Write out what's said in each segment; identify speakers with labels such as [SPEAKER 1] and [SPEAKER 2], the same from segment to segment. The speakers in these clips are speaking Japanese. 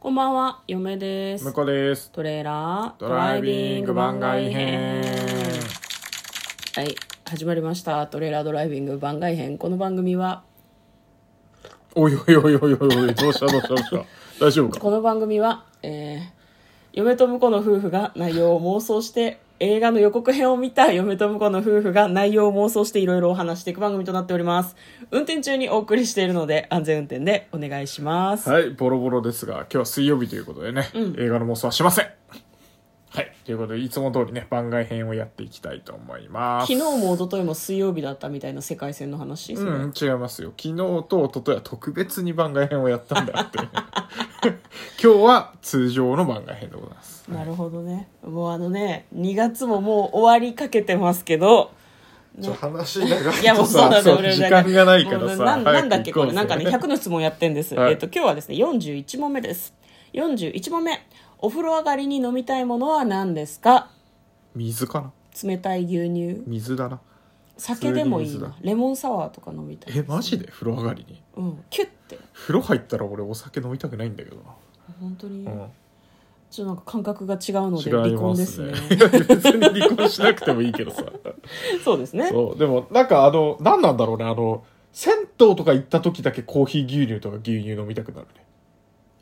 [SPEAKER 1] こんばんは、嫁です
[SPEAKER 2] 向。こうです
[SPEAKER 1] トレーラード
[SPEAKER 2] ドライビング番外編
[SPEAKER 1] はい、始まりました。トレーラードライビング番外編。この番組は、
[SPEAKER 2] おいおいおいおいおいおいどうしたどうしたどうした大丈夫か
[SPEAKER 1] この番組は、えー、嫁と婿の夫婦が内容を妄想して、映画の予告編を見た嫁と婿の夫婦が内容を妄想していろいろお話していく番組となっております。運転中にお送りしているので、安全運転でお願いします。
[SPEAKER 2] はいボロボロですが今日は水曜日ということでね、映画の妄想はしませんはいということでいつも通りね番外編をやっていきたいと思います
[SPEAKER 1] 昨日も一昨日も水曜日だったみたいな世界戦の話、それ
[SPEAKER 2] うん違いますよ昨日と一昨日は特別に番外編をやったんだって 今日は通常の番外編でございます
[SPEAKER 1] なるほどねもうあのね2月ももう終わりかけてますけど
[SPEAKER 2] ちょ話長いとさ
[SPEAKER 1] いやもうそうだね
[SPEAKER 2] そう
[SPEAKER 1] 俺ら
[SPEAKER 2] 時間がないから
[SPEAKER 1] もう
[SPEAKER 2] さ
[SPEAKER 1] ななんだっけ
[SPEAKER 2] 早く行
[SPEAKER 1] こ
[SPEAKER 2] う
[SPEAKER 1] れなんかね100の質問やってんです、
[SPEAKER 2] はい
[SPEAKER 1] えっと今日はですね41問目です41問目お風呂上がりに飲みたいものは何ですか
[SPEAKER 2] 水かな
[SPEAKER 1] 冷たい牛乳
[SPEAKER 2] 水だな
[SPEAKER 1] 酒でもいい
[SPEAKER 2] 普通に
[SPEAKER 1] な
[SPEAKER 2] 水
[SPEAKER 1] レモンサワーとか飲みたい
[SPEAKER 2] えマジで風呂上がりに
[SPEAKER 1] うんキュッて
[SPEAKER 2] 風呂入ったら俺お酒飲みたくないんだけど
[SPEAKER 1] 本当に、
[SPEAKER 2] な、
[SPEAKER 1] ちょっとなんか感覚が違うので
[SPEAKER 2] うん、違
[SPEAKER 1] 離
[SPEAKER 2] い
[SPEAKER 1] 婚
[SPEAKER 2] ま
[SPEAKER 1] です
[SPEAKER 2] す
[SPEAKER 1] ね
[SPEAKER 2] ね いや別に離婚しなくてもいいけど さ
[SPEAKER 1] そうですね
[SPEAKER 2] そうでもなんかあの何なんだろうねあの銭湯とか行った時だけコーヒー牛乳とか牛乳飲みたくなる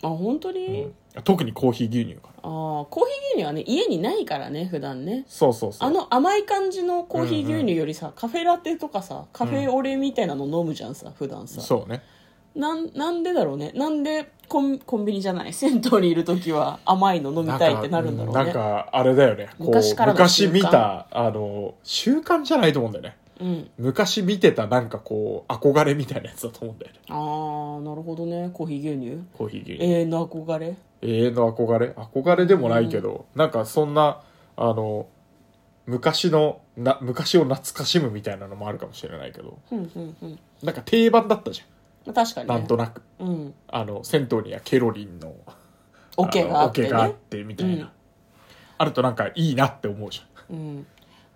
[SPEAKER 1] あ本当に、
[SPEAKER 2] ね、うん、特にコーヒー牛乳かな
[SPEAKER 1] あーコーヒー牛乳はね家にないからね普段ね
[SPEAKER 2] そうそうそう
[SPEAKER 1] あの甘い感じのコーヒー牛乳よりさ、カフェラテとかさカフェオレみたいなの飲むじゃんさ普段さ、
[SPEAKER 2] そうね
[SPEAKER 1] なんなんでだろうねなんでコンコンビニじゃない 銭湯にいる時は甘いの飲みたいってなるんだろうね
[SPEAKER 2] なんかあれだよねこう
[SPEAKER 1] 昔からの習慣
[SPEAKER 2] 昔見たあの習慣じゃないと思うんだよね
[SPEAKER 1] うん、
[SPEAKER 2] 昔見てたなんかこう憧れみたいなやつだと思うんだよね
[SPEAKER 1] ああなるほどねコーヒー牛乳
[SPEAKER 2] コーヒー牛乳
[SPEAKER 1] 永遠の憧れ
[SPEAKER 2] 永遠の憧れ憧れでもないけど、なんかそんなあの昔のな昔を懐かしむみたいなのもあるかもしれないけど
[SPEAKER 1] うんうんうん
[SPEAKER 2] なんか定番だったじ
[SPEAKER 1] まあ確か
[SPEAKER 2] ゃん、
[SPEAKER 1] に
[SPEAKER 2] な
[SPEAKER 1] ね
[SPEAKER 2] んとなく
[SPEAKER 1] うん
[SPEAKER 2] あの銭湯にはケロリンの
[SPEAKER 1] オケがあって
[SPEAKER 2] の桶があっ
[SPEAKER 1] ね
[SPEAKER 2] てみたいな、
[SPEAKER 1] うん
[SPEAKER 2] あるとなんかいいなって思うじゃ
[SPEAKER 1] うん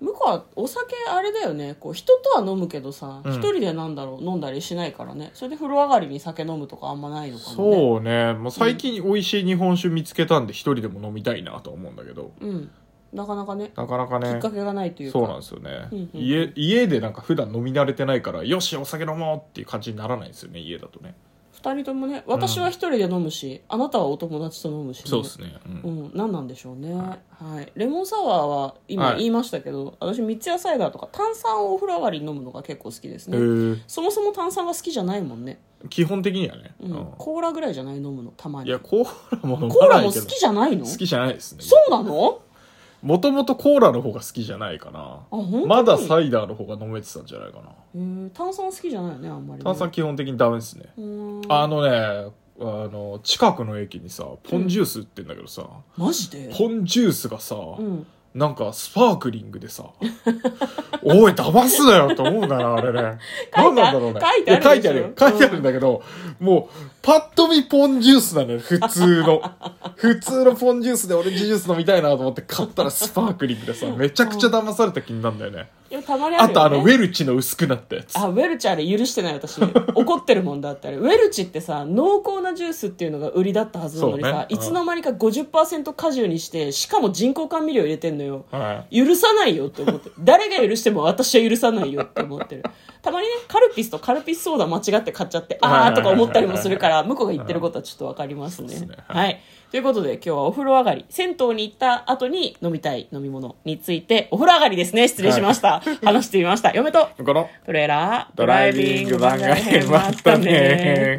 [SPEAKER 1] 向こうはお酒あれだよねこう人とは飲むけどさ
[SPEAKER 2] うん
[SPEAKER 1] 一、人でなんだろう飲んだりしないからねそれで風呂上がりに酒飲むとかあんまないの
[SPEAKER 2] ん
[SPEAKER 1] かもね
[SPEAKER 2] そうねもう最近美味しい日本酒見つけたんで一人でも飲みたいなと思うんだけど
[SPEAKER 1] うん、なかなかね
[SPEAKER 2] なかなか
[SPEAKER 1] きっ
[SPEAKER 2] ね
[SPEAKER 1] かけがないというか
[SPEAKER 2] そうなんですよね、
[SPEAKER 1] うんうんうん
[SPEAKER 2] 家家でなんか普段飲み慣れてないからよしお酒飲もうっていう感じにならないんですよね家だとね
[SPEAKER 1] 2人ともね私は一人で飲むし、あなたはお友達と飲むしね、
[SPEAKER 2] そうですね、うん
[SPEAKER 1] うん、何なんでしょうね、は
[SPEAKER 2] はい
[SPEAKER 1] レモンサワーは今
[SPEAKER 2] はい
[SPEAKER 1] 言いましたけど、私三ツ矢サイダーとか炭酸をお風呂上がりに飲むのが結構好きですね、
[SPEAKER 2] へ
[SPEAKER 1] そもそも炭酸が好きじゃないもんね、
[SPEAKER 2] え基本的にはね、
[SPEAKER 1] う
[SPEAKER 2] うんん
[SPEAKER 1] コーラぐらいじゃない飲むのたま
[SPEAKER 2] い
[SPEAKER 1] に
[SPEAKER 2] やコーラも飲まないけど
[SPEAKER 1] コーラも好きじゃないの
[SPEAKER 2] 好きじゃないですね
[SPEAKER 1] そうなの
[SPEAKER 2] もともとコーラの方が好きじゃないかな
[SPEAKER 1] あ本当に
[SPEAKER 2] まだサイダーの方が飲めてたんじゃないかな
[SPEAKER 1] へー炭酸好きじゃないよねあんまりね、
[SPEAKER 2] 炭酸基本的にダメですね、
[SPEAKER 1] うーん
[SPEAKER 2] あのねあの近くの駅にさポンジュース売ってんだけどさ、
[SPEAKER 1] マジで
[SPEAKER 2] ポンジュースがさ、
[SPEAKER 1] うん
[SPEAKER 2] なんかスパークリングでさ おい騙すなよと思うんだなあれね
[SPEAKER 1] 書いてあ
[SPEAKER 2] 何なんだろうね
[SPEAKER 1] 書いてあるでしょ
[SPEAKER 2] や書いてあるよ書いてあるんだけど、もうパッと見ポンジュースなのよ普 通の普通のポンジュースでオレンジジュース飲みたいなと思って買ったらスパークリングでさめちゃくちゃ騙された気になるんだよね
[SPEAKER 1] いやたまにあ
[SPEAKER 2] あ
[SPEAKER 1] るよ、ね、
[SPEAKER 2] とあのウェルチの薄くなったやつ
[SPEAKER 1] あウェルチあれ許してない 私怒ってるもんだってあれウェルチってさ濃厚なジュースっていうのが売りだったはずなのに
[SPEAKER 2] そう
[SPEAKER 1] さ、
[SPEAKER 2] ね
[SPEAKER 1] いつの間にか50%果汁にしてしかも人工甘味料入れてんのよ
[SPEAKER 2] はい
[SPEAKER 1] 許さないよって思って誰が許しても私は許さないよって思ってるたまにねカルピスとカルピスソーダ間違って買っちゃってあ
[SPEAKER 2] はいはいはいは
[SPEAKER 1] ー
[SPEAKER 2] い
[SPEAKER 1] とか思ったりもするから向こうが言ってることはちょっとわかります
[SPEAKER 2] そうです
[SPEAKER 1] ね
[SPEAKER 2] ねはい
[SPEAKER 1] はいということで今日はお風呂上がり銭湯に行った後に飲みたい飲み物についてお風呂上がりですね失礼しました、話してみました嫁と
[SPEAKER 2] この
[SPEAKER 1] トレーラード
[SPEAKER 2] ドライビング番外編もあったね